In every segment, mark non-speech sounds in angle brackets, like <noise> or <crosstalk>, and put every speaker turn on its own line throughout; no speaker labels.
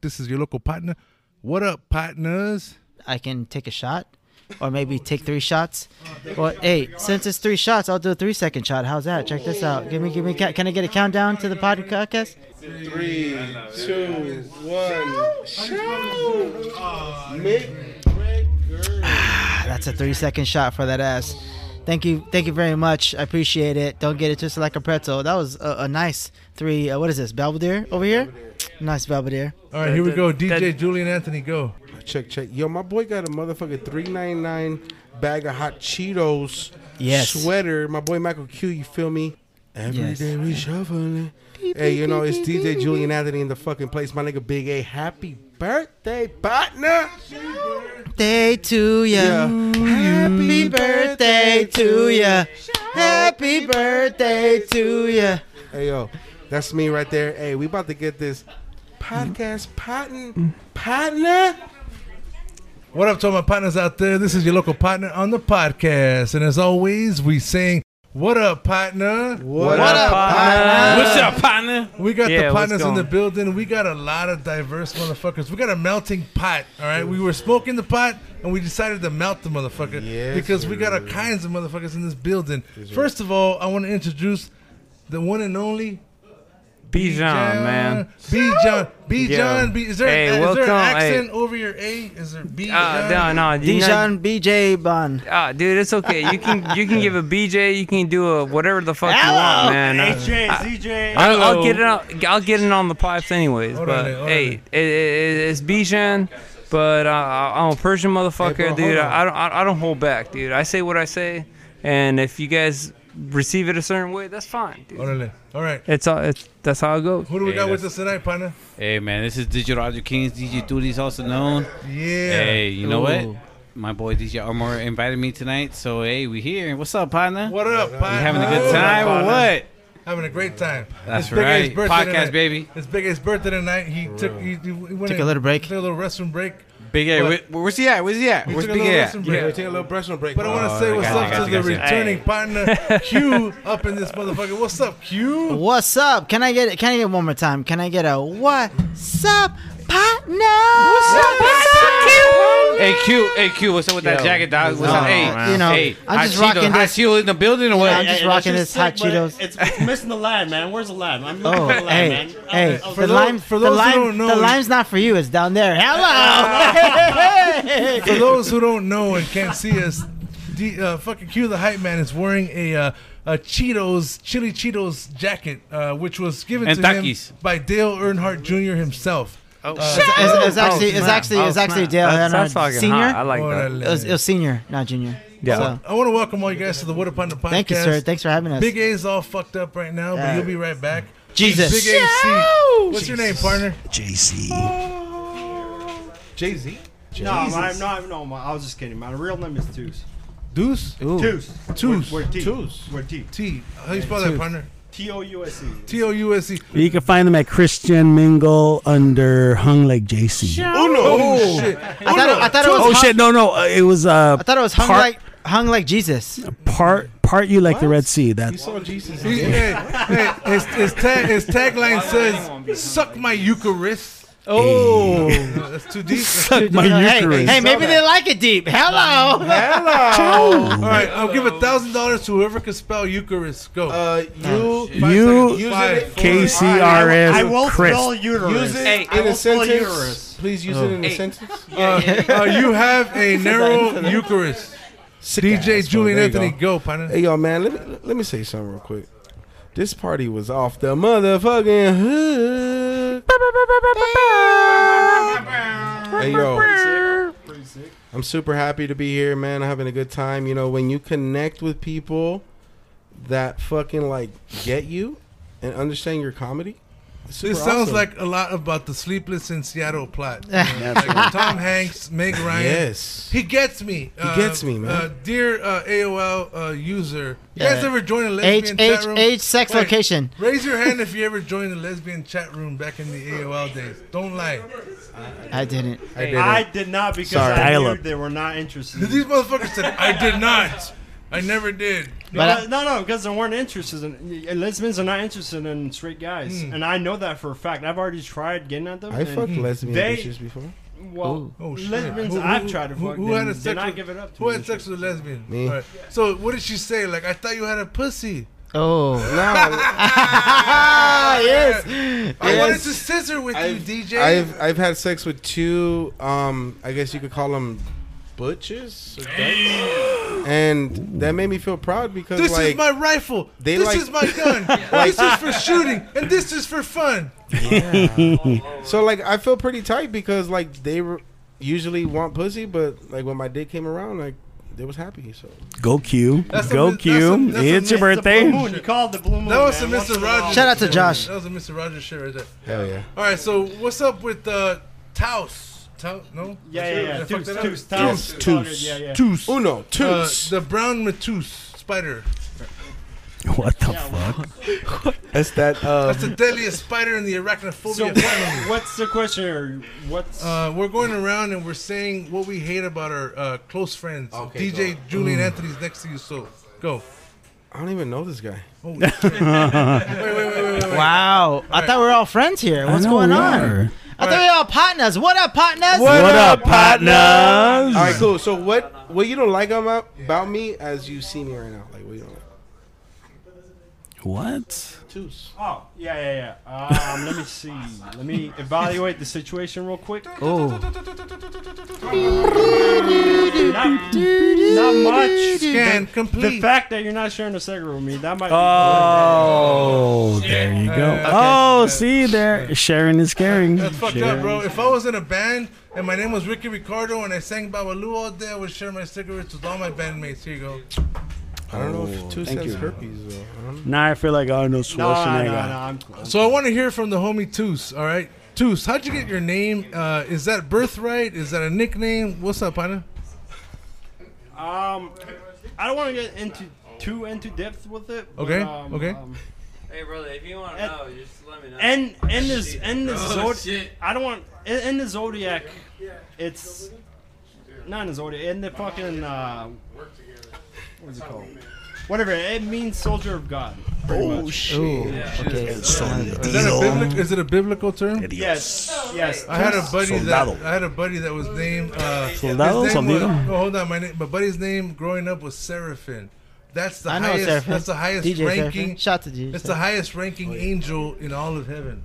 This is your local partner. What up, partners?
I can take a shot, or maybe take three shots. Or hey, since it's three shots, I'll do a three second shot. How's that? Check this out. Give me, give me. ca- Can I get a countdown to the podcast?
Three, two, one. Show. Mick
Ah, That's a three second shot for that ass. Thank you, thank you very much. I appreciate it. Don't get it twisted like a pretzel. That was a, a nice three. Uh, what is this, Belvedere over here? Nice Belvedere.
All right, here we go. DJ Julian Anthony, go.
Check, check. Yo, my boy got a motherfucking three ninety nine bag of hot Cheetos
Yes.
sweater. My boy Michael Q, you feel me? Every day
Yes.
we shuffling. Hey, you know, it's DJ Julian Anthony in the fucking place. My nigga Big A, happy birthday, partner.
Birthday to ya. Mm,
Yeah.
Happy birthday to ya. Happy birthday to ya.
Hey, yo, that's me right there. Hey, we about to get this podcast partner. Partner?
What up to all my partners out there? This is your local partner on the podcast. And as always, we sing, What up, partner?
What,
up, partner?
What's up, partner?
We got
Yeah,
the
what's
partners in
going?
the building. We got a lot of diverse motherfuckers. We got a melting pot. All right, we were smoking the pot and we decided to melt the motherfucker
Yes,
because we got all kinds of motherfuckers in this building. First of all, I want to introduce the one and only
Bijan,
John,
man.
B John, B
Yo.
John, B. Is there,
Hey,
is there an
welcome, hey.
accent over your A? Is there B?
Uh, no,
John?
no, you know,
Dijon BJ Bon.
uh, dude, it's okay. You can you can give a BJ, you can do a whatever the fuck you
Hello.
want, man.
uh,
I,
Hey, CJ.
I'll, I'll get it on, I'll get it on the pipes anyways.
Hold on
but
there, hold on
hey, it, it, it's Bijan, but uh, I'm a Persian motherfucker,
Hey, bro,
dude.
hold on.
I, I don't I, I don't hold back, dude. I say what I say, and if you guys receive it a certain way, that's fine, dude.
Orale. All right.
It's all it's that's how it goes.
Who do we
Hey,
got with
that's-
us tonight, partner?
Hey, man, this is DJ Roger Kings, DJ Duties, also known.
Yeah.
Hey, you know
Ooh.
what? My boy DJ Armor invited me tonight, so hey, we here. What's up, partner?
What up, Oh, partner?
You having a good time or what?
Having a great time.
That's
Big A's
right.
birthday
Podcast,
tonight.
baby.
It's Big A's birthday tonight. He took he, he he went
Took a
and
little break.
Took a little restroom break.
Big A,
What?
wh- where's he at? Where's he at?
He
Where's
took a
Big
little
A at?
restroom
Yeah, we
break.
take a little personal break.
But I want to
Oh,
say
I
what's
got you,
up
I got you,
to the
I got you.
returning partner Q up in this motherfucker. What's up, Q?
What's up? Can I get it? Can I get it one more time? Can I get a what's up, partner? What's up,
Hey Q, hey Q, what's up with that
Yo,
jacket, dog? What's
no,
up? Hey,
you know,
hey,
I'm just
hot Cheeto-
rocking
hot
this-
Cheeto in the building or
I'm
what?
just
Yeah,
rocking this
that's
hot
sick, but
Cheetos.
It's, it's missing the lime, man. Where's the lime? I'm looking
Oh,
for the lime,
hey,
man. Uh,
hey,
I was, I
the
was,
those-
lime,
for
the
those who
lime,
don't know-
the lime's not for you. It's down there. <laughs> Hello.
For those who don't know and can't see us, D, uh, fucking Q the hype man is wearing a uh, a Cheetos chili Cheetos jacket, uh, which was given
And
to
Takis.
him by Dale Earnhardt Jr. himself.
Oh,
Uh,
It's, it's actually, it's actually, it's actually Dale.
That's,
Earnhardt
that's fucking
senior.
hot. I like that.
Orale.
It was, it was senior, not junior.
Yeah.
So,
I want to welcome all you guys to the What Upon the Podcast.
thank you, sir. Thanks for having us.
Big A's all fucked up right now, but
Yeah.
he'll be right back.
Jesus.
Big A C. What's your name, partner?
Jay Z,
no, I'm not. No, my, I was just kidding, man. The real name is Deuce.
Deuce.
Deuce.
Deuce.
We're, we're deep.
Deuce.
We're deep.
T. How you spell that, partner?
T O U S E.
T O U S E.
You can find them at Christian Mingle under Hung Like JC.
Oh shit.
I thought, it, I thought it was.
Oh
hung,
shit! No, no, uh, it was uh,
I thought it was hung
Part-
like hung like Jesus.
part part you like the Red Sea.
you
That's
saw Jesus.
He- hey, hey, his, his, tag, his tagline says, "Suck my Eucharist."
oh,
No, that's too deep.
suck my
hey,
Eucharist.
hey, maybe they like it deep. Hello.
All right, I'll give a thousand dollars to whoever can spell Eucharist. Go.
Uh, you,
Five You- seconds.
use
Five,
it for-
KCRS
I will spell
Chris.
uterus.
Use it
Hey,
in
I
a
will spell
sentence.
uterus.
Please use it in a
Hey.
sentence.
Yeah, yeah,
uh, you have a narrow Eucharist. DJ
ass,
Julian
bro. There you
Anthony,
go.
go, partner.
Hey, y'all, man. Let me let me say something real quick. This party was off the motherfucking hook. hey, yo. I'm super happy to be here, man. I'm having a good time. You know, when you connect with people that fucking like get you and understand your comedy. it's super
This sounds
awesome.
like a lot about the Sleepless in Seattle plot. Like Tom Hanks, Meg Ryan.
yes.
He gets me. He
gets me, man.
Uh, dear uh, AOL uh, user, you guys
Yeah.
ever join a
Age,
lesbian
age,
chat room?
age, sex,
Wait,
location.
Raise your hand if you
<laughs>
ever joined a lesbian chat room back in the AOL days. Don't lie.
I didn't.
I did it.
I did not because
Sorry.
I
Dial
knew
up.
they were not interested.
These motherfuckers said, I did not. I never did.
But I-
no, no, because they weren't interested in. uh, Lesbians are not interested in straight guys,
Hmm.
and I know that for a fact. I've already tried getting at them.
I
and
fucked lesbian
They-
bitches before.
Well,
Oh, shit.
lesbians
Who- who-
I've tried to
who-
fuck.
who had a
did
sex
not
with-
give it up to
Who had sex with a lesbian?
Me.
Alright. So what did she say? Like, I thought you had
<laughs>
a pussy.
Oh,
Nah,
yes.
<laughs> I wanted
Yes.
to scissor with you, DJ.
I've I've had sex with two. Um, I guess you could call them butches, and that made me feel proud because
this
like
is my rifle.
they
This
like-
is my
<laughs>
gun. this is for shooting, and this is for fun.
<laughs> so like I feel pretty tight because like they were usually want pussy, but like when my dick came around, like they was happy. So
Go Q.
That's a-
Go
that's a-
Q.
that's a
it's your
myth.
It's the blue
birthday.
moon. You called the blue moon.
That was
man.
some
Once in
Mr.
a while.
Rogers.
Shout out to Josh.
That was a Mr. Rogers shit right there.
hell yeah.
All right, so what's up with uh, Taos? Taos? No.
Yeah, yeah, yeah.
Fuck
Toots,
that up.
toots, toots.
Yes,
toots. Yeah, yeah.
Toots.
Uno,
Uh,
toots.
the brown matus spider.
What the fuck?
That's that. Uh,
That's the deadliest spider in the arachnophobia
So
family.
what, what's the question here? What's
Uh, we're going around and we're saying what we hate about our uh, close friends.
Okay,
DJ Julian Anthony's next to you, so go. Oh,
I don't even know this guy.
<laughs>
Holy shit. wait, wait, wait, wait, wait.
Wow. I thought we were all friends here. What's
I know
going
we
on?
are.
I thought we were all partners. What up, partners?
What, up, partners?
All right, cool. So what? What you don't like about about me as you see me right now? Like what you don't like?
What?
Toots.
oh yeah yeah yeah. Um, let me see. Let me evaluate the situation real quick.
Oh.
Not, not much.
Scan
The
complete.
fact that you're not sharing a cigarette with me, that might. Be
Oh, there you go. Oh, see there. Sharing is caring.
That's fucked up, bro. If I was in a band and my name was Ricky Ricardo and I sang Babalu all day, I would share my cigarettes with all my bandmates. Here you go.
I don't know
Oh.
if Toots
thank
has
you.
herpes though. I don't know.
Now I feel like oh, Arnold
No, no,
Schwarzenegger.
no, I'm cool.
So I want to hear from the homie Toos, all right? Toos, how'd you get your name? Uh, is that birthright? Is that a nickname? What's up, partner?
Um, I don't want to get into too into depth with it. but,
Okay,
um,
okay.
Um,
Hey, brother, if you want to
And-
know, just let me know.
and and this and this
<laughs> Oh,
zodiac.
shit.
I don't want in, in the zodiac. It's not in the zodiac. In the fucking uh, what's it called? Whatever. It means soldier of God.
Oh, shit.
Okay.
Is that a biblical? Is it a biblical term?
Yes. Yes.
I had a buddy
Soldado.
that I had a buddy that was named uh, his
Soldado,
name was-
soldado.
oh, hold on, my name, my buddy's name growing up was Seraphin. That's the
I know
highest.
Seraphim.
That's the highest
DJ
ranking.
Seraphim. Shout out to DJ.
That's the highest
Oh,
ranking angel in all of heaven.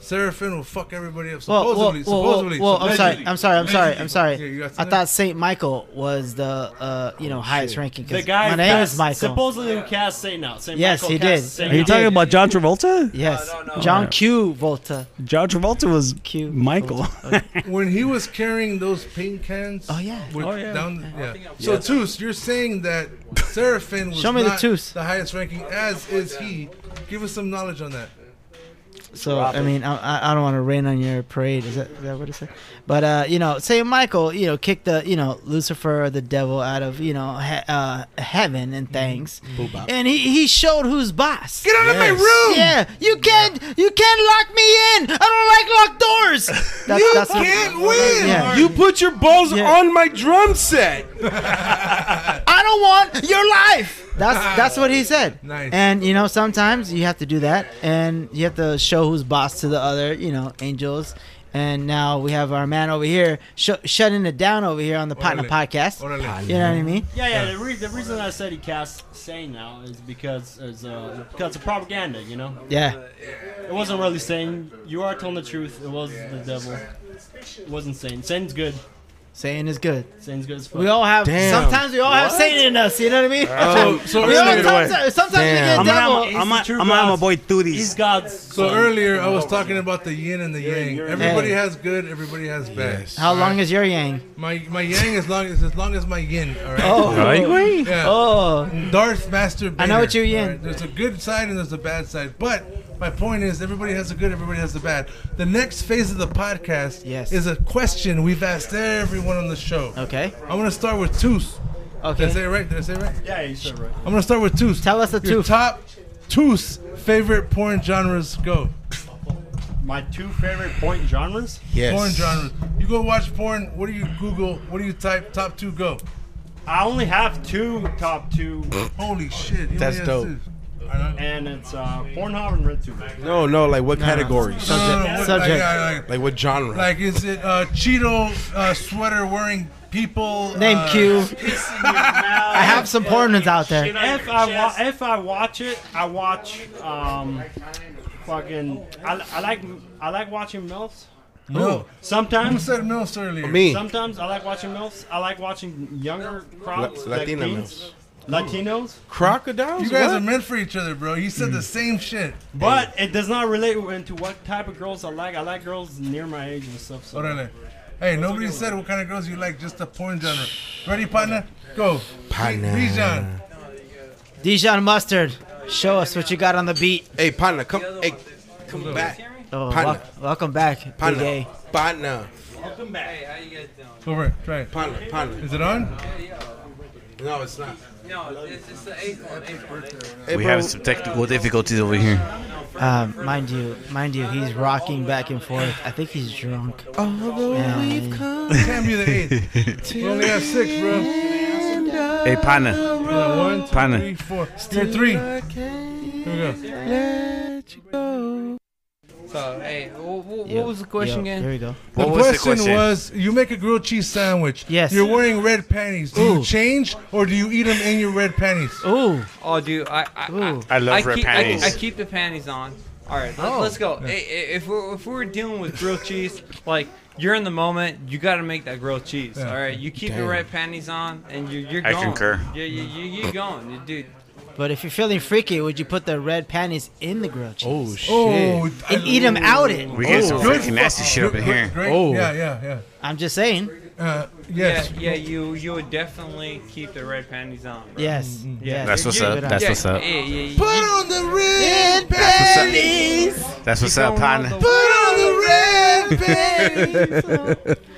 Seraphin will fuck everybody up.
Well, well,
Supposedly,
well, well,
supposedly.
well, I'm sorry.
supposedly.
I'm sorry. I'm sorry. I'm
Yeah,
sorry.
you got
I
something?
thought Saint Michael was the uh, you know highest ranking. 'cause
The guy.
my name
cast-
is Michael.
Supposedly who cast Satan out. Saint
Yes,
Michael
he
cast
did.
Satan
Are you
out.
talking about John Travolta?
yes,
No, no, no.
John
Yeah.
Q. Volta.
John Travolta was
Q.
Michael.
<laughs>
When he was carrying those pink cans.
Oh, yeah.
with-
Oh, yeah.
Down, yeah. So Toos, you're saying that
<laughs>
Seraphin was
Show me the
not
Toos.
the highest ranking, as is he. Give us some knowledge on that.
So I mean, I- I, I don't want to rain on your parade. Is that, is that what it said? But uh, you know, Saint Michael, you know, kicked the you know Lucifer, or the devil, out of you know he- uh, heaven
Mm-hmm.
and things, and he, he showed who's boss.
Get out of my room!
Yeah, you can't you can't lock me in. I don't like locked
<laughs>
doors. That's,
you
that's what-
can't win.
Yeah.
You put your balls
Yeah.
on my drum set.
I don't want your life. Ah, That's that's what he said.
Nice.
And you know, sometimes you have to do that, and you have to show who's boss to the other, you know, angels. And now we have our man over here sh- shutting it down over here on the Partner
Orale.
Podcast.
Orale.
You know what I mean?
Yeah, yeah. The, re- the reason I said he cast Satan out is because it's uh, because of propaganda. You know,
Yeah.
it wasn't really Satan. You are telling the truth. It was the devil. It wasn't Satan. Satan's good.
Saying is good.
Satan's good as fuck.
We all have.
Damn.
Sometimes we all have Satan in us. You know what I mean?
So, so
we all,
earlier,
sometimes sometimes we
Damn.
get devil.
I'm gonna- I'm gonna have my
my boy through
He's
these.
God's.
so
son.
earlier, I was talking about the yin and the yang.
you're-
Everybody
Hey.
has good. Everybody has bad.
Yes.
How long is your yang?
My my yang is long is as long as my yin. All right. Yeah.
Oh.
Darth Master.
I know what
Vader,
you're yin.
all There's a good side and there's a bad side. But my point is, everybody has a good. Everybody has a bad. The next phase of the podcast
Yes.
is a question we've asked everyone on the show.
Okay.
I'm gonna start with Toos. Did I say
Okay.
it right? Did I say it right?
Yeah, you said right.
I'm gonna start with Toos.
Tell us the two.
Your top Toos favorite porn genres. Go.
My two favorite point genres.
Yes.
Porn genres. You go watch porn. What do you Google? What do you type? Top two. Go.
I only have two top two,
Holy shit. he
That's
only has
dope.
two. I don't-
and it's uh, Pornhub and RedTube.
No, no, like what categories?
No, no, no,
Subject-
what-
subject.
Like, I- like,
Like what genre?
like, is it uh, Cheeto uh, sweater wearing people?
Name
uh,
Q. I
I
have some porn ones out there.
If I wa- if I watch it, I watch um, fucking. I, I like I like watching milfs.
<laughs> No. Who
Sometimes
said MILFs earlier?
Me,
Sometimes I like watching MILFs. I like watching younger crops.
La- Latina
like teens, Latinos.
crocodiles.
You guys
What?
are meant for each other, bro. You said the
Mm.
same shit.
But it does not relate into what type of girls I like. I like girls near my age and stuff. So.
Orale. Hey, nobody said what kind of girls you like, just the porn genre. Ready, partner? Go.
Partner.
Bijan.
Dijon mustard. Show us what you got on the beat.
Hey, partner, come, hey, come back,
Oh,
Partner.
wel- welcome back, Big
partner,
A.
partner,
Hey, how you guys doing?
Go over. it. Try it.
partner, partner.
Is it on?
No, it's not.
No, it's just the acorn. acorn.
Hey,
We
bro,
have some technical difficulties over here.
Uh, mind you, mind you, he's rocking back and forth. I think he's drunk. And-
<laughs> Can't be
<laughs>
the
<laughs>
eighth. we only have six, bro.
Hey, partner.
Yeah, one, two,
Partner.
three, four. Here, three. Here we go.
So, hey, wh- wh- what
Yo,
was the question
yo,
again?
Here we go.
The
What was the
question,
question?
was: You make a grilled cheese sandwich.
Yes.
You're wearing red panties. Do you
Ooh.
change or do you eat them in your red panties?
Ooh,
Oh, dude, I I, I,
Ooh.
I love red
keep,
panties.
I, I keep the panties on. All right,
Oh.
let, let's go. Hey, hey, If we're if we're dealing with grilled cheese, like you're in the moment, you got to make that grilled cheese.
Yeah.
All right, you keep your red panties on, and you're you're
I
going.
concur.
Yeah, you you
<laughs>
you going, you, dude.
but if you're feeling freaky, would you put the red panties in the grilled cheese
oh shit.
Oh, I
and eat them
love-
out it?
We get some
good
freaking nasty shit over
Oh. Good-
here.
Great.
Oh.
Yeah, yeah,
I'm just saying.
yeah. Uh,
Yeah,
yes.
yeah, you you would definitely keep the red panties on. Bro. Mm-hmm.
Yes. yes.
That's what's
Yeah,
up.
good
That's
yeah,
what's up.
Yeah, yeah, yeah.
Put on the red
What's
panties.
up? That's what's up,
Going out
partner.
the-
Put on the red panties.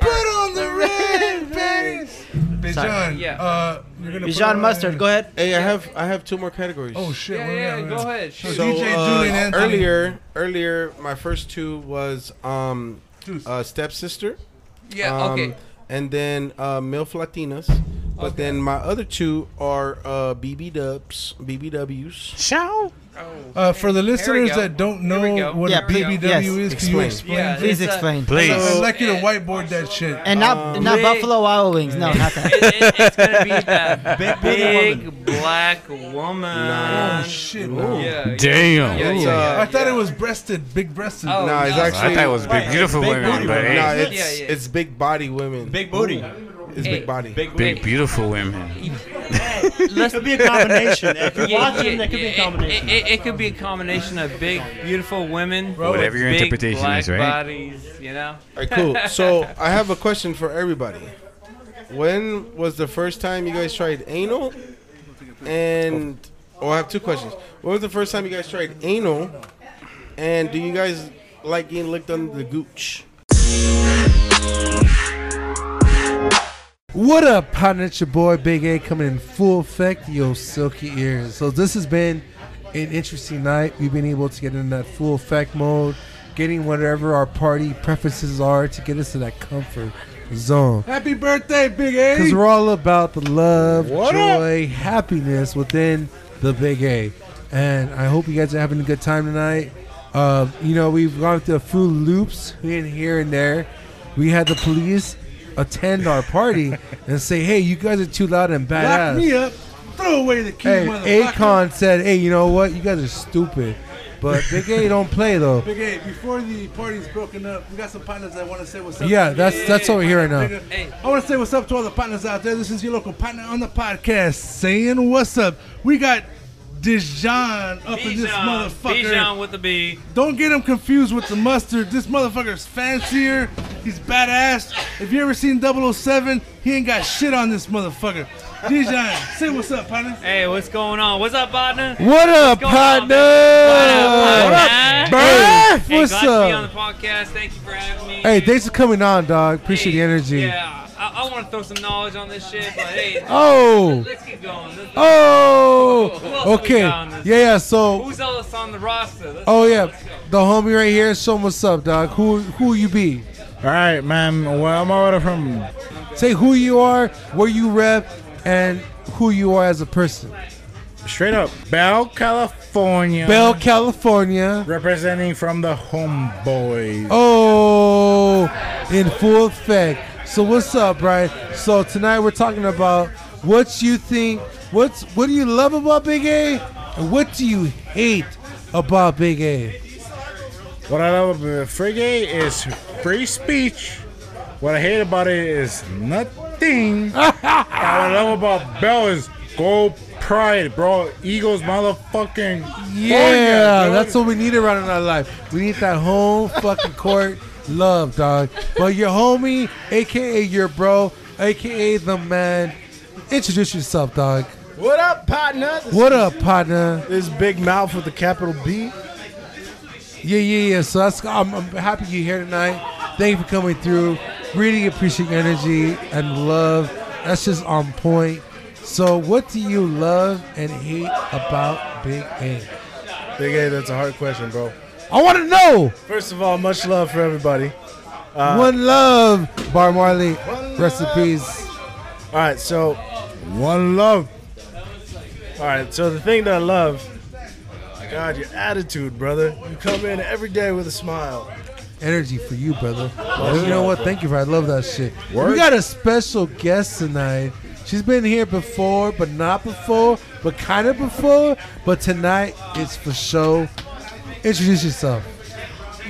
Put on the red panties. Bijan,
Yeah.
uh, you're gonna put
Bijan
on-
mustard. Go ahead.
Hey, I have, I have two more categories.
Oh shit!
Yeah,
what do we
yeah,
got?
go ahead.
So,
shoot.
So
DJ
uh,
Julian Anthony.
earlier, earlier, my first two was um,
Dude,
uh, stepsister.
Yeah,
um,
okay.
And then uh, MILF Latinas. But then my other two are uh, BB dubs, BBWs.
Ciao. Oh.
uh, for the listeners
go.
that don't
Here we
know
go.
what
Yeah,
a
please-
BBW is,
yes.
can you
Explain.
explain?
Yeah,
please?
Please
It's, uh,
explates
I'd
Please.
like you to whiteboard that shit.
And not not
Um, Big-
Buffalo Wild Wings.
<laughs>
No, not that.
it, it, it's gonna be
<laughs>
that big, black woman.
Oh shit!
Yeah, yeah.
Damn.
Yeah,
It's,
yeah,
uh,
I thought it was breasted, big breasted.
Oh,
Nah, it's
no.
actually-
I thought it was
Right,
big, beautiful
big
women,
booty
but
women.
hey,
No,
Yeah,
it's
yeah.
it's big body women.
Big booty.
it's
Hey.
big body.
Big booty.
big, beautiful women.
It
<laughs>
could be a combination. If <laughs> you
Yeah,
watch
yeah,
it, it could be a
yeah,
combination.
It, it, it could be a combination of big, beautiful women,
Bro,
Whatever your
big
interpretation
black
is, right?
Bodies, you know.
All
<laughs>
right, cool. So I have a question for everybody. When was the first time you guys tried anal? And oh, I have two questions. When was the first time you guys tried anal? And do you guys like getting licked under the gooch?
What up, partner? It's your boy Big A coming in full effect, yo, silky ears. So this has been an interesting night. We've been able to get in that full effect mode, getting whatever our party preferences are to get us to that comfort zone.
Happy birthday, Big A!
Because we're all about the love,
What up?
joy, happiness within the Big A. And I hope you guys are having a good time tonight. Uh, you know, we've gone through a few loops in here and there. We had the police attend our party and say, hey, you guys are too loud and
Lock me
badass.
up. Throw away the key,
Hey,
motherfucker.
Akon said, hey, you know what? You guys are stupid. But Big A don't play, though.
Big A, before the party's broken up, we got some partners that want to say what's up.
Yeah, that's that's what we're hearing now.
Hey,
I want to say what's up to all the partners out there. This is your local partner on the podcast saying what's up. We got Dijon up in this
Bijan,
motherfucker.
Bijan with the B.
Don't get him confused with the mustard. This motherfucker's fancier. He's badass. If you ever seen 007, he ain't got shit on this motherfucker. Dijon, say what's up, partner.
Hey, what's going on? What's up, partner?
What up,
going on,
partner?
What up, partner?
bruh?
Hey,
What's
glad to be on
up?
the podcast. Thank you for having me.
Hey, thanks for coming on, dog. Appreciate the
Hey,
energy.
Yeah, I, I want to throw some knowledge on this shit, but hey,
<laughs> Oh,
let's keep going. Let's, Who else we
oh, okay.
got on
Yeah,
this?
yeah. So,
Who's else on the roster? Let's
oh
go,
yeah,
let's go.
the homie right here. So what's up, dog? Who who you be?
All right, man. Well, I'm over from
Say who you are, where you rep, and who you are as a person.
Straight up, Bell, California.
Bell, California.
representing from the homeboys.
Oh, in full effect. So what's up, Brian? So tonight we're talking about what you think, what's what do you love about Big A, and what do you hate about Big A?
What I love about Frigate is free speech. What I hate about it is
<laughs>
nothing. what I love about Bell is go pride, bro. Eagles, motherfucking.
Yeah,
California, dude.
that's what we need around in our life. We need that home
<laughs>
fucking court love, dog. But your homie, aka your bro, aka the man, introduce yourself, dog.
What up, partner? This,
What up, partner?
this big mouth with the capital B.
Yeah, yeah, yeah. So that's I'm, I'm happy you're here tonight. Thank you for coming through. Really appreciate your energy and love. That's just on point. So, what do you love and hate about Big A?
Big A, that's a hard question, bro.
I want to know.
First of all, much love for everybody. Uh,
One love, Bar Marley. Recipes.
All right, so one love. All right, so the thing that I love, God, your attitude, brother. You come in every day with a smile.
energy for you, brother. you know what? Thank you for. I love that shit.
Word.
We got a special guest tonight. She's been here before, but not before, but kind of before. But tonight it's for show. Introduce yourself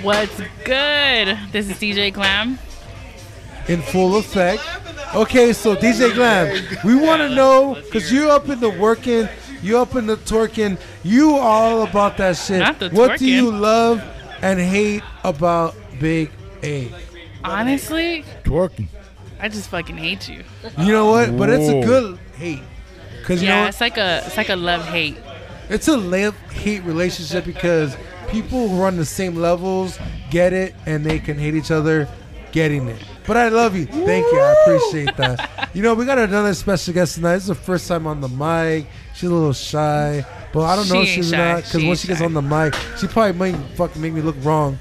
What's good? This is DJ Glam.
in full effect. Okay, so DJ Glam, we want to know because you're up in the working, you're up in the twerking, you all about that shit.
Not the
what do
twerking.
you love and hate about Big A?
Honestly,
Twerking.
I just fucking hate you.
You know what? But it's a
Whoa.
good hate. Cause you know
Yeah,
what?
it's like a it's like a love hate.
It's a love hate relationship because people who are on the same levels get it and they can hate each other getting it. But I love you. Thank you. I
<laughs>
appreciate that. you know, we got another special guest tonight. This is the first time on the mic. She's a little shy. But I don't
She
know if
ain't
she's
shy.
not because
She
when
ain't
she gets
shy.
on the mic, she probably might fucking make me look wrong.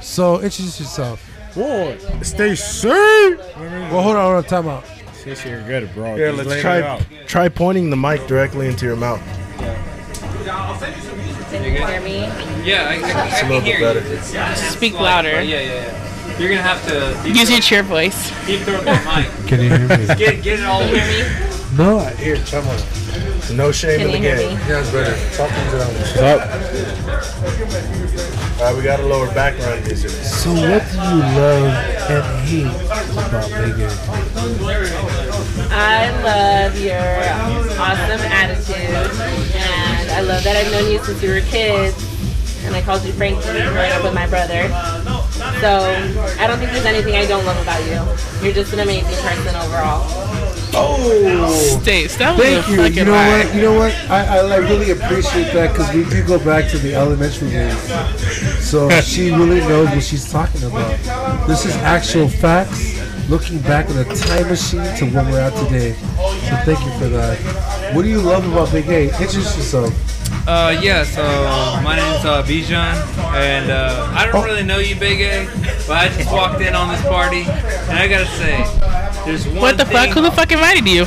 So introduce yourself.
Boy, stay safe.
Well, hold on, hold on, time out.
This you're good, bro.
Here, let's try-
try pointing the mic directly into your mouth.
Can you hear me?
Yeah, I, I, I can hear you. It's- it's
Speak
like-
louder.
Yeah, yeah, yeah. You're gonna have to deep
Use your
throat,
cheer voice.
deep throat that mic.
Can you hear me?
Get get it all the way.
no. I-
Here, come on. No shame in the game.
Yeah, it's better.
Talk into that one. All right, we got a lower background music.
So what do you love and hate about Big A?
I love your awesome attitude, and I love that I've known you since you were kids, and I called you Frankie growing up with my brother. So I don't think there's anything I don't love about you. You're just an amazing person overall.
Oh.
States. That was
Thank
a
you.
fucking
You know
lie.
what? You know what? I, I like really appreciate that because we do go back to the elementary days.
<laughs>
So she really knows what she's talking about. This is actual facts. Looking back in a time machine to when we're at today. So thank you for that. What do you love about Big A? Introduce yourself.
Uh, yeah, so my name's uh, Bijan, and uh, I don't really know you, Big A, but I just walked in on this party, and I gotta say, there's one
What the fuck?
thing-
Who the fuck invited
<laughs>
you?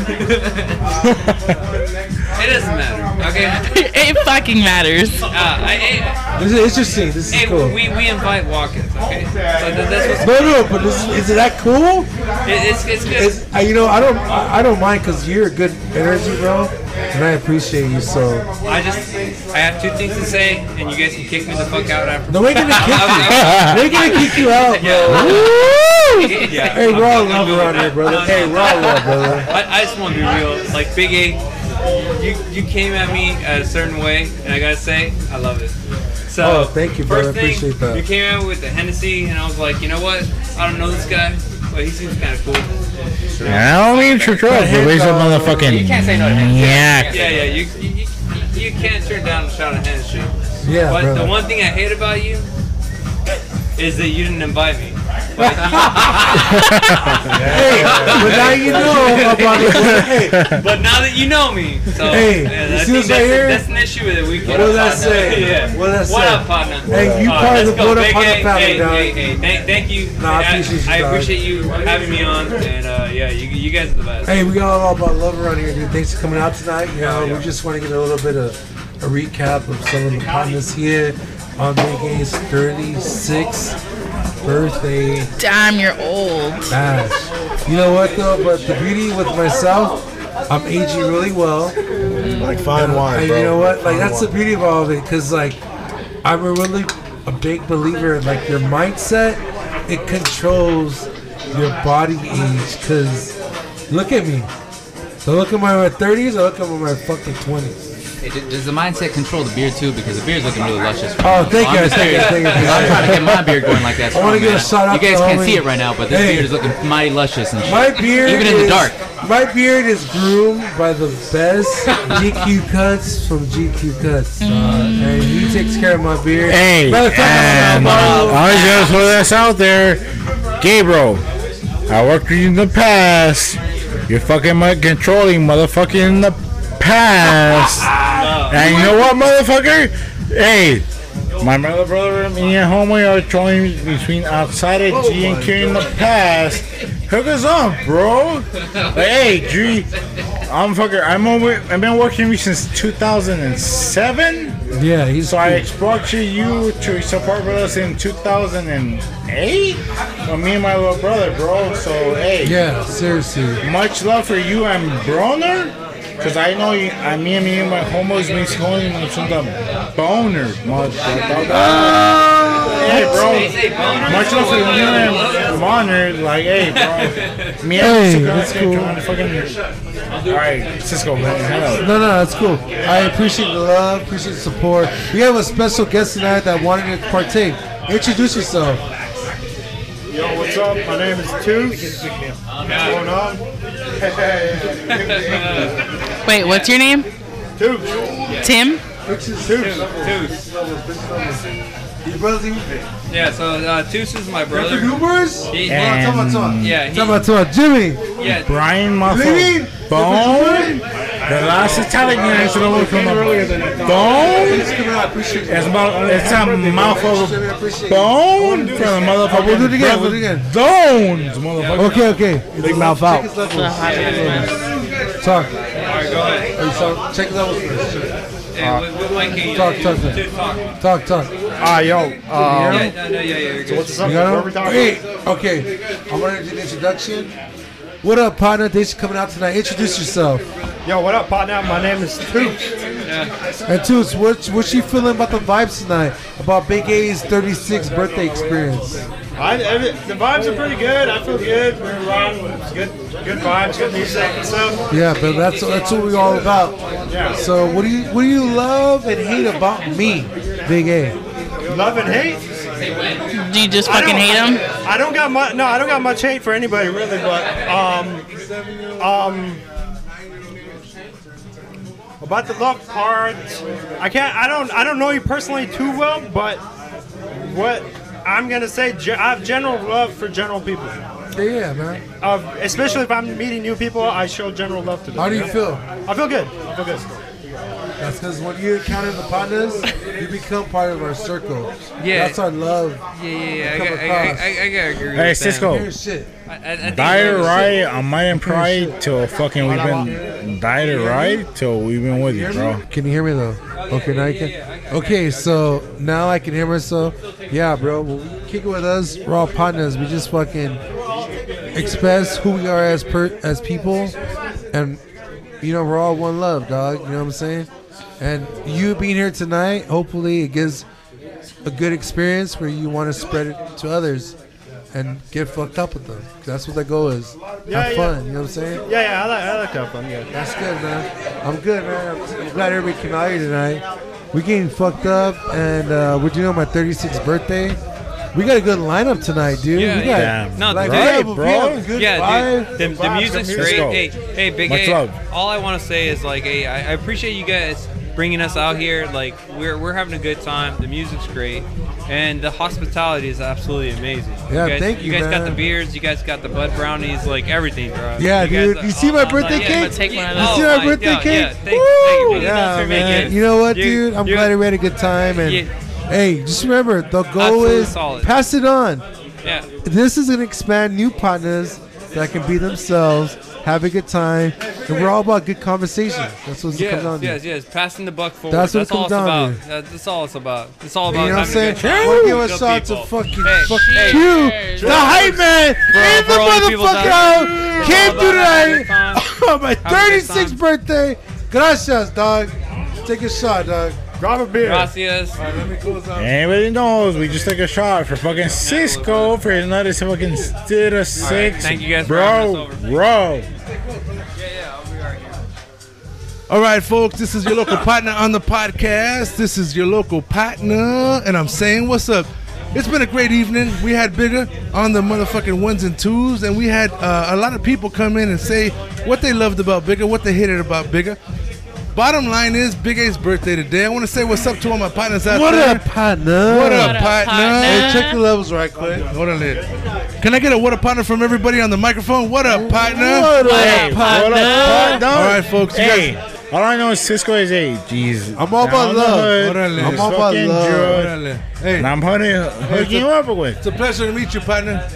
It doesn't matter, okay?
<laughs> it fucking matters.
Uh, I,
This is interesting. This
I,
is
hey,
cool.
we, we invite walk-ins, okay? So that, that's what's...
No, no, but this is, is it that cool?
It, it's, it's good.
It's, I- you know, I don't, I, I don't mind because you're a good energy, bro, and I appreciate you. So
I just... I have two things to say, and you guys can kick me the fuck out after.
No,
<laughs>
we're gonna kick you. We're gonna kick you out, bro.
Yeah,
Hey,
I'm-
we're all
I'm
love
good with
around
that.
here, brother.
No,
Hey,
no.
we're all love, brother.
I, I just want to be real. Like Big A, you you came at me a certain way, and I gotta say, I love it. So
Oh, thank you, bro.
first
I
thing,
appreciate that.
You came out with the Hennessy, and I was like, you know what? I don't know this guy, but he seems kind of cool.
I don't mean to try, but he's a motherfucking. Yeah.
Yeah, yeah. You you, you, you can't turn down a shot of Hennessy.
Yeah,
but the
brother.
one thing I hate about you is that you didn't invite me. like. hey,
but now you know about it.
but now that you know me, so
Hey,
yeah,
you
I
see
think
this
that's,
right here?
that's an issue that we can.
What does that
partner.
say?
<laughs> yeah.
What does that
What
say?
up, partner?
Hey, you
All
part of
let's
the
go.
Buddha
Big
partner
A,
family,
hey,
dog.
Hey, hey, thank, thank you.
Nah,
I,
I appreciate you,
I
dog.
appreciate you having me on, and uh, yeah, you, you guys are the best.
Hey, we all about love around here, dude. Thanks for coming out tonight. You know, we just want to get a little bit of a recap of some of the partners here on Big A's 36th birthday.
Damn, you're old.
Gosh. You know what, though? But the beauty with myself, I'm aging really well.
Like fine
And
wine,
I-
bro.
You know what?
Fine
Like that's the
wine.
beauty of all of it, because like I'm a really a big believer. in Like your mindset, it controls your body age. Because look at me. So look at my 30s. I look at my fucking 20s.
Hey, d- does the mindset control the beer too? Because the beer's looking really luscious. right
Oh,
now.
thank
I'm
you,
just
thank you,
curious.
thank you, thank you.
I'm trying to get my beer going like that.
I wanna
strong,
give a
man.
shout out
You guys
to
can't
homie-
see it right now, but this
Hey.
beer is looking mighty luscious and shit.
My beard,
even in the
is-
dark.
My beard is groomed by the best <laughs> GQ cuts from GQ
Hmm.
cuts, Uh, and he takes care of my beard.
Hey,
Matter of fact, I'm
and uh,
gonna borrow-
I just throw this out there, Gabriel. I worked with you in the past. You're fucking my controlling motherfucker in the past. and you know what, motherfucker? Hey, my mother, brother, and me and homie are trolling between outside of G and Q in the past. Hook us up, bro. Like, hey, G, I'm fucker. I'm over. I've been working with you since 2007.
Yeah, he's.
So I expected you to support with us in 2008. Well, me and my little brother, bro. So hey.
Yeah, seriously.
Much love for you and Broner. Cause I know you, I me and me and my homos been calling me from the boner,
Ah!
motherfucker. Hey, bro. Much love for you and Broner. Like, hey, bro. Me and
Hey,
Instagram
that's
can
cool.
join the fucking. All right, Cisco, man. Hello.
No, no, that's cool. I appreciate the love, appreciate the support. We have a special guest tonight that wanted to partake. Introduce yourself.
Yo, what's up? My name is Toots. What's going on?
Wait, what's your name?
Toots.
Tim?
Toots.
Your brother?
Yeah, so uh, Toos is my brother.
Ubers?
He,
And-
Well, I'm talking about Toos. Yeah, he,
Talk about talk. Jimmy. <laughs>
Yeah.
<laughs> Brian Muffle.
Leave.
Bone. The last Italian national one from the bone. It's, about, it's a mouthful of bone from the motherfucker.
We'll do it again, we'll do it again.
Bones, motherfucker.
Okay, okay.
Big mouth out.
Check his levels. Talk. Hey, so check his levels first. Uh, Talk, talk, talk. Talk, talk.
Ah, yo, um,
Yeah,
no, no, yeah, yeah, you're So what's good. up?
You got
What are we
him?
talking
Hey, okay. I'm going to do the introduction. What up, partner? Thanks for coming out tonight. Introduce yourself.
Yo, what up, partner? My name is Toots.
And Toots, what what's she feeling about the vibes tonight? About Big A's 36th birthday experience?
I, every- the vibes are pretty good. I feel good. We're around. It's good, good vibes, good music and stuff.
Yeah, but that's that's what we're all about. So what do you what do you love and hate about me, Big A?
Love and hate.
Do you just
I
fucking
don't-
hate him?
I don't got much. No, I don't got much hate for anybody really, but um, um, about the love part, I can't. I don't. I don't know you personally too well, but what I'm gonna say, ge- I have general love for general people.
Yeah, man.
Uh, especially if I'm meeting new people, I show general love to them.
How do you
know?
feel?
I feel good. I feel good.
That's because when you encounter the partners, you become part of our circle.
Yeah.
that's our love.
yeah, yeah, yeah. I
Come
got, I, got-
across.
I, I, I gotta agree.
Hey,
with them.
Cisco.
Here's shit.
I, I, I think
Died
we're-
right on my and pride till fucking we've been died right till we've been with you, bro.
Can you hear me though? Okay, now you can. Okay, so now I can hear myself. Yeah, bro. When we kick it with us, we're all partners. We just fucking express who we are as per as people, and you know we're all one love, dog. You know what I'm saying? And you being here tonight, hopefully, it gives a good experience where you want to spread it to others and get fucked up with them. That's what the goal is.
Yeah,
Have
yeah.
fun. You know what I'm saying?
Yeah, yeah, I like, I like that fun. Yeah,
that's good, man. I'm good, man. I'm glad everybody came out here tonight. We're getting fucked up, and uh, we're doing my 36th birthday. We got a good lineup tonight, dude. we got,
No, dude,
like, we have a- we have a good
yeah,
vibe.
dude. The, the music's great. Hey, hey, Big
Much
A.
love.
All I want to say is like, hey, I, I appreciate you guys bringing us out here. Like we're we're having a good time. The music's great, and the hospitality is absolutely amazing.
Yeah,
guys,
thank you,
guys got
man.
the beers. You guys got the bud brownies. Like everything, bro.
Yeah,
you guys
dude.
are-
you see my birthday
yeah,
cake?
I'm gonna take
you
one of
see
those.
my birthday
Yeah,
cake?
yeah, thank you, thank you.
Woo!
Thank you for making it.
You know what,
You-
dude? I'm glad we had a good time. And
Yeah.
hey, just remember the goal
Absolutely
is
solid.
pass it on.
Yeah.
This is gonna expand new partners that can be themselves, have a good time, and we're all about good conversations. That's what it
Yes,
comes down to.
yes, yes. Passing the buck forward.
That's
That's,
what it
all
comes
it's about.
down to.
That- That's all it's about. It's all
You
about.
know what I'm
having a
saying?
good time
We'll
with
give a
good
shout to
people.
fucking
Hey,
fuck
hey,
you,
cheers.
the hype man, and the
for all the people
motherfucker
down
who came through tonight <laughs> on my
Have a good
36th birthday. Gracias, dog. Take a shot, dog.
Grab a beer.
Gracias.
Anybody knows, we just took a shot for fucking Cisco for another fucking still a six.
thank you guys for having
bro,
us over.
bro.
All right, folks, this is your local partner on the podcast. This is your local partner, and I'm saying, what's up? It's been a great evening. We had bigger on the motherfucking ones and twos, and we had uh, a lot of people come in and say what they loved about bigger, what they hated about bigger. Bottom line is Big A's birthday today. I want to say what's up to all my partners out
What
there.
up, partner?
What up,
What up,
partner?
partner?
Hey, check the levels right quick. Hold on there. Can I get a what up, partner from everybody on the microphone? What up, partner?
What up, Hey, partner? what up, partner?
All right, folks. You
Hey,
guys,
all I know is Cisco is a Jesus.
I'm all about love. Órale. I'm all about love. Órale. Hey.
And I'm honey, hooking you up with.
It's a pleasure to meet you, partner.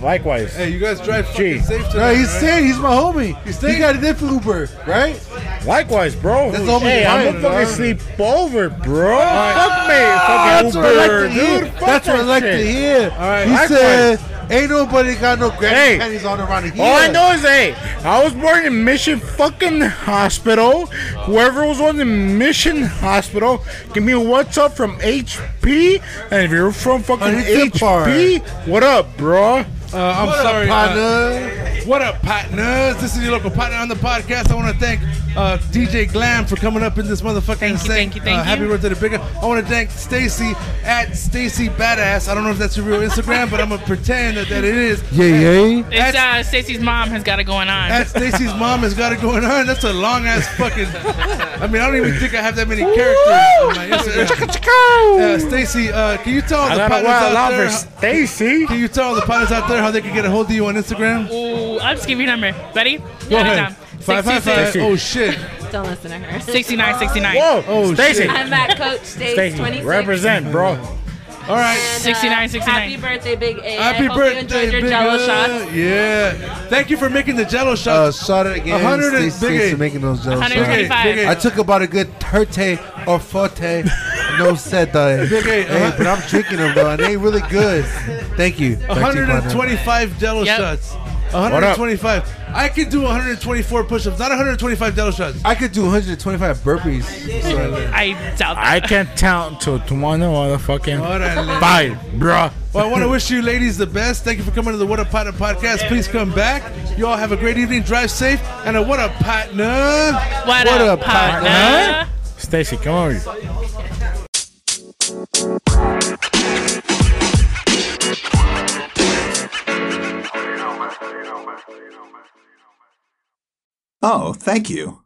Likewise.
Hey, you guys drive fucking
Gee.
safe
No,
tonight.
he's
right?
staying. He's my homie.
He's
he
staying?
got a different Uber, right?
Likewise, bro.
That's almost
hey, I'm gonna
mine,
fucking
dog.
sleep over, bro. Fuck me,
Ah,
fucking
that's what I
Uber,
like to hear.
dude. Fuck
That's what I
that
like to
shit.
hear. All
right.
He
Likewise.
said, "Ain't nobody got no
Hey.
granny panties on around
Oh,
here."
All I know is, hey, I was born in Mission fucking Hospital. Whoever was on the Mission Hospital, give me a what's up from HP. And if you're from fucking
Honey, tip bar.
HP, what up, bro?
Uh, I'm
What up,
sorry, uh,
partner?
what up, partners? This is your local partner on the podcast. I want to thank uh, DJ Glam for coming up in this motherfucking thank
thank you, thank
uh, Happy
you.
birthday to Bigger. I want to thank Stacy at Stacy Badass. I don't know if that's your real Instagram, but I'm gonna pretend that, that it is.
Yeah, yeah.
It's uh, Stacy's mom has got it going on.
At Stacy's mom has got it going on. That's a long ass fucking. I mean, I don't even think I have that many characters. Yeah, Stacy, uh, can you tell all
I
the
got a
partners
wild
out
love
there?
for Stacy.
Can you tell all the partners out there how they can get a hold of you on Instagram?
Ooh, I'll just give you a number. Ready?
Go ahead. Five, five, five. Oh shit.
Don't listen to her.
69, 69.
Whoa,
Oh,
Stacy.
shit.
I'm at Coach Stage
Stacy,
26.
represent, bro.
All right.
And, uh,
69, 69.
Happy birthday, Big A. I
Happy
hope
birthday,
you enjoyed your
Big
jello
A.
shots.
Yeah. Thank you for making the Jello
Uh,
shots.
shot it again.
100
Stay
and
safe
Big
to
A.
making those jokes.
125.
Big A.
I took about a good 30
<laughs>
or 40. No said that.
Big A,
Hey,
uh-huh.
but I'm drinking them though, and they really good. Thank you. Back to you, partner.
125 Jello
Yep.
shots. 125. I could do 124 push-ups, not 125 Jello shots.
I could do 125 burpees.
I doubt that.
I can't count till tomorrow, motherfucking
Órale.
five, bro.
Well, I want to wish you ladies the best. Thank you for coming to the What Up Partner podcast. Please come back. You all have a great evening. Drive safe. And a What Up Partner.
What,
What
up,
up,
partner?
partner? Stacy, come over here.
Oh, thank you.